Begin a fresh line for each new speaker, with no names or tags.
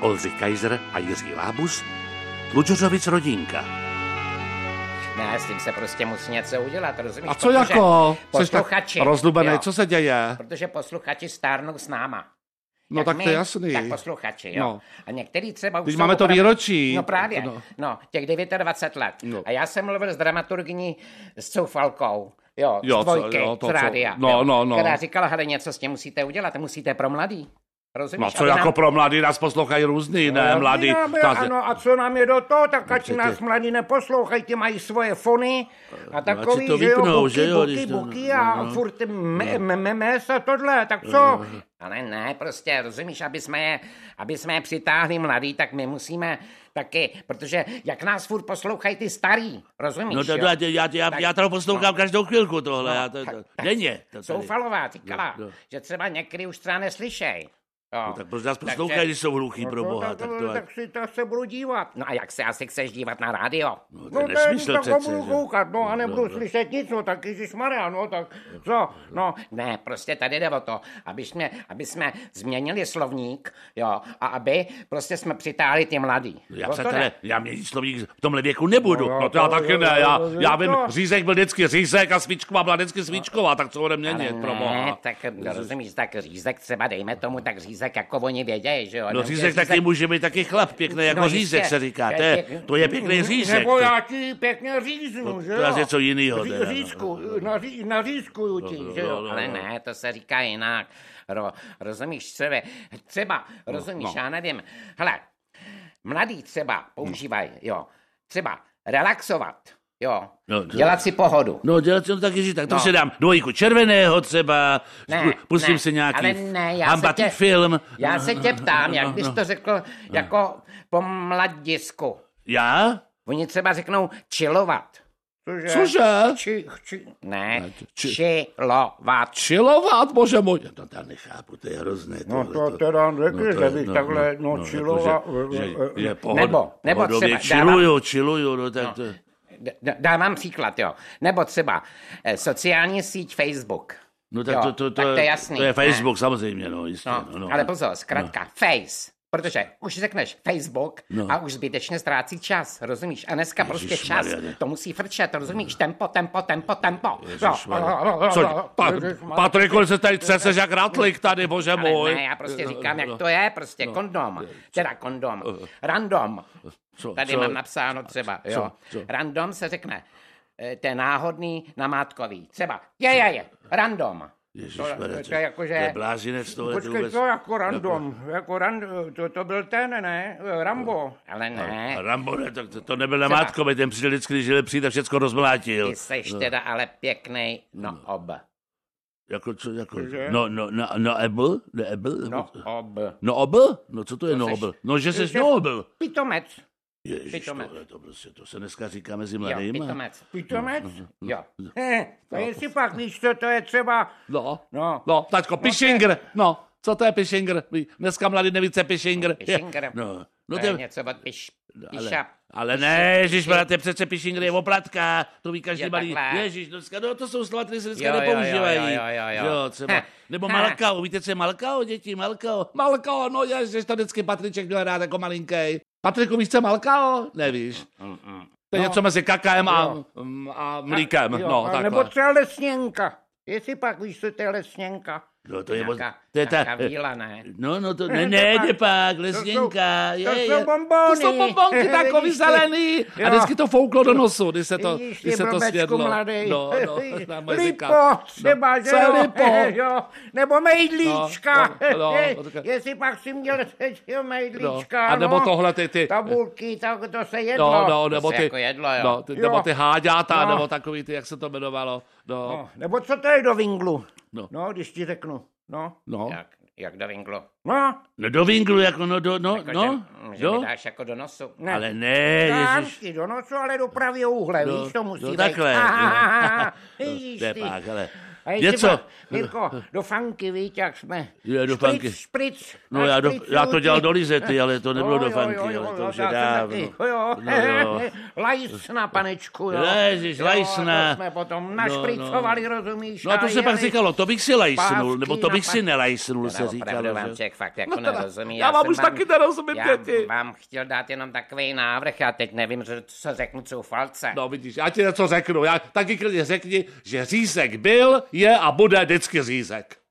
Oldřich Kaiser a Jiří Lábus, Tlučořovic rodinka.
Ne, s tím se prostě musí něco udělat, rozumíš?
A co jako? Jsi tak
Posluchači.
rozlubený,
jo,
co se děje?
Protože posluchači stárnou s náma.
No
Jak
tak
my,
to je jasný.
Tak posluchači, jo.
No.
A některý třeba už
Když
jsou
máme to
opravdu-
výročí.
No právě,
No.
no, těch 29 let.
No.
A já jsem mluvil s dramaturgyní s Coufalkou, jo,
Jo,
z dvojky,
co- jo, to,
z
co-
rádia,
no,
jo,
no, no.
která říkala, hele, něco s tím musíte udělat, musíte pro mladý. Rozumíš?
No co
Aby
jako
nám-
pro mladý nás poslouchají různý, ne,
No,
mladý.
nám je-
nás-
Ano, a co nám je do toho, tak ať
přece-
nás mladí neposlouchají, ty mají svoje fony a
No, ať si
takový,
to
že
vypnou,
jo, buky,
že jo,
buky,
když to-
buky a
no.
furt me- me- me- mes a tohle, tak co? Ale ne, prostě, rozumíš, aby jsme je, aby jsme je přitáhli mladý, tak my musíme taky, protože jak nás furt poslouchají ty starý, rozumíš,
No to,
jo?
já, já, já, já to poslouchám každou chvilku tohle. já to, to,
no. tak-
denně. To tady.
Soufalová říkala,
No, no.
že třeba někdy už třeba neslyšej. Jo.
No, tak proč nás poslouchají, když jsou hluchý
No,
pro boha. Tak to,
tak si to se budu dívat. No a jak se asi chceš dívat na rádio?
No, to je nesmysl
tak
přece,
budu
že?
koukat, no a nebudu
no, no.
slyšet nic, no tak Maria, no tak co? No ne, prostě tady jde o to, aby jsme, aby jsme změnili slovník, jo, a aby prostě jsme přitáhli ty mladý.
já,
O no, to
přátelé,
jde.
já měnit slovník v tomhle věku nebudu.
No to já taky ne, já, já vím, řízek byl vždycky řízek a svíčková byla vždycky svíčková, tak co bude
Ale
měnit, pro
ne,
boha.
tak rozumíš, tak řízek třeba, dejme tomu, tak řízek, jako oni vědějí, že jo.
No
nemůže
řízek taky může být taky chlap, pěkný jako
No,
řízek
jistě.
se říká.
To
To
je
je,
pěkný.
to je pěkný řízek.
Nebo
to-
já ti pěkně říznu, že
to
jo?
je něco jinýho
Ří,
teda, no.
řízku, naří, nařízkuju ti, že
no,
jo?
no,
Ale
no.
ne, to se říká jinak. Ro, rozumíš, třeba, třeba
No,
rozumíš, já nevím. Hele, mladí třeba používají, jo, třeba relaxovat, jo,
No, to-
dělat si pohodu.
No, dělat jsem taky říct, tak to
No.
si dám dvojku červeného třeba,
Ne,
zpu- pustím
ne,
si nějaký
ale ne, já se
hambatý
tě-
film.
Já
No,
se
no,
tě
no,
ptám,
no,
jak
no,
bys
no.
to řekl jako po mladisku.
Já?
Oni třeba řeknou chillovat. Cože?
Cože?
Či, či, ne,
či-
chillovat.
Čilovat, bože můj.
No to já nechápu, to je hrozné.
No
tohle,
to teda
no
řekli,
to
že
je-
bych
no,
takhle,
no, no,
no
jako,
chillovat.
že-
eh, eh,
že je
eh,
pohoda-
Nebo, nebo
pohodově
třeba, dávám,
Čiluju, čiluju, no tak to...
d- d- dávám příklad, jo. Nebo třeba eh, sociální síť Facebook.
No tak
jo,
to, to, to,
tak to je jasný.
to je
ne?
Facebook samozřejmě, no jistě.
No,
no, no,
ale pozor, zkrátka, face. Protože už řekneš Facebook
No.
no. a už zbytečně ztrácí čas, rozumíš? A dneska prostě čas,
Ježišmarja, ne.
to musí frčet, rozumíš? Tempo, tempo, tempo, tempo. No,
Ježišmarja. Co,
Pa,
Ježišmarja.
Patriku, se tady třeseš jak ratlik tady, bože
Ale
můj.
ne, já prostě
No,
říkám, jak to je, prostě kondom. Teda kondom.
Uh.
Random.
Co,
Tady
co?
mám napsáno třeba, jo.
co?
Random se řekne, eh, to je náhodný, namátkový. Třeba, je, je, je, random.
Ježišmarja,
to, to je jako, že...
to je blázinec tohle. to
Počkej,
vůbec-
co jako random? Jako ran, to, to byl ten, ne? Rambo.
Ale ne,
No, A Rambo, ne, tak to, to nebyl na mátkovi, ten přijde vždycky, když jde přijít a všecko rozmlátil.
ty seš
no.
teda ale pěknej, no ob.
Jako co, jako, no, no, no, no, ebl, ne, ebl,
No ob.
no, obl, no, co to je, no,
seš-
obl, no, že seš
že-
no, obl.
Pitomec.
Ježiš,
Pitomec.
tohle, to prostě, to se dneska říká mezi
Jo,
mladými.
pitomec. Pitomec?
No,
Jo. No.
He, a Eh, jestli pak víš, co to je třeba...
No,
No.
no, taťko, Pišinger, no, co to je Pišinger? Dneska mladý neví, co je Pišinger.
Pišinger.
No, no,
No
to
to je
je, No,
něco od piš,
ale,
piša.
ale ne, Ježíš, to je přece Pišinger je oplatka, to ví každý
Jo,
malý.
takhle.
Ježíš, dneska, no, to jsou slova, které se dneska
Jo, jo, jo,
nepoužívají.
jo, jo, jo.
jo, třeba.
Ha,
Nebo
ha.
Malkao, víte, co je Malkao, děti, Malkao.
Malkao, no ježiš, to vždycky Patriček měl rád jako malinký. Patriku, víš, co je Malkao? Nevíš. To
No.
je něco mezi kakem a, mm, a mlíkem, no,
a nebo
takhle.
třeba lesněnka. Jestli pak víš, co to je lesněnka.
No, to je, od-
Nějaká,
to je ta,
nějaká víla, ne?
no, no, to, ne, ne, jde pak, lesněnka,
To
je,
jsou
je.
bombony.
To jsou bombonky takový
Vidíš ty?
zelený. A
Jo.
vždycky to fouklo do nosu, když se to,
Vidíš,
když
ty
se to
blbečku
svědlo.
mladej.
No, no, na moje říká. no,
lipo, třeba, že
Co je
jo?
lipo?
jo? Nebo mejdlíčka.
No, no, no, počkej.
Jestli pak si měl jo, mejdlíčka,
No, a nebo
no.
tohle ty- ty-
Tabulky, tak to se jedlo.
No, no, nebo
se
ty,
jako jedlo, jo.
no, ty,
Jo.
nebo ty háďáta,
No.
nebo takový ty, jak se to jmenovalo. No,
No, Nebo co to je do vinglu?
No.
No, když ti řeknu. No,
no.
Jak, jak do vinklu.
no,
No do vinglu, jako no, do, no,
Jako,
no,
že, že mi
no,
dáš jako do nosu.
ne.
ale ne,
Dám
ježiš.
ti do nosu, ale do pravého úhle,
No,
víš, to musí
no
být.
takhle,
Ah,
jo.
ah, ah, ah,
No,
vidíš
to je
ty.
pak, ale,
Hej,
Něco.
ty vole, Mirko, do fanky, víš, jak jsme.
Jo, do
Špric,
fanky.
Špric,
No
na
já, do,
špricu,
já to dělal
ty.
do Lizety, ale to nebylo
Jo,
do
jo,
fanky,
jo, jo,
ale to
jo,
už je
no, já jsem
dávno.
taky, Jo,
No, jo.
lajsna, panečku, jo.
Ježiš,
Jo,
lajsna.
To jsme potom
no.
našpricovali, rozumíš?
No a to se pak
jeli-
říkalo, to bych si lajsnul,
pávky
nebo to
na
bych si
pan-
nelajsnul, se
Teda opravdu
říkalo.
vám
že?
člověk fakt jako nerozumí.
No já vám
jsem
už taky nerozumím,
já
děti.
vám chtěl dát jenom takový návrh a teď nevím, že- co řeknu zoufalce.
No vidíš, já ti něco řeknu. Já taky klidně řekni, že řízek byl, je a bude vždycky řízek.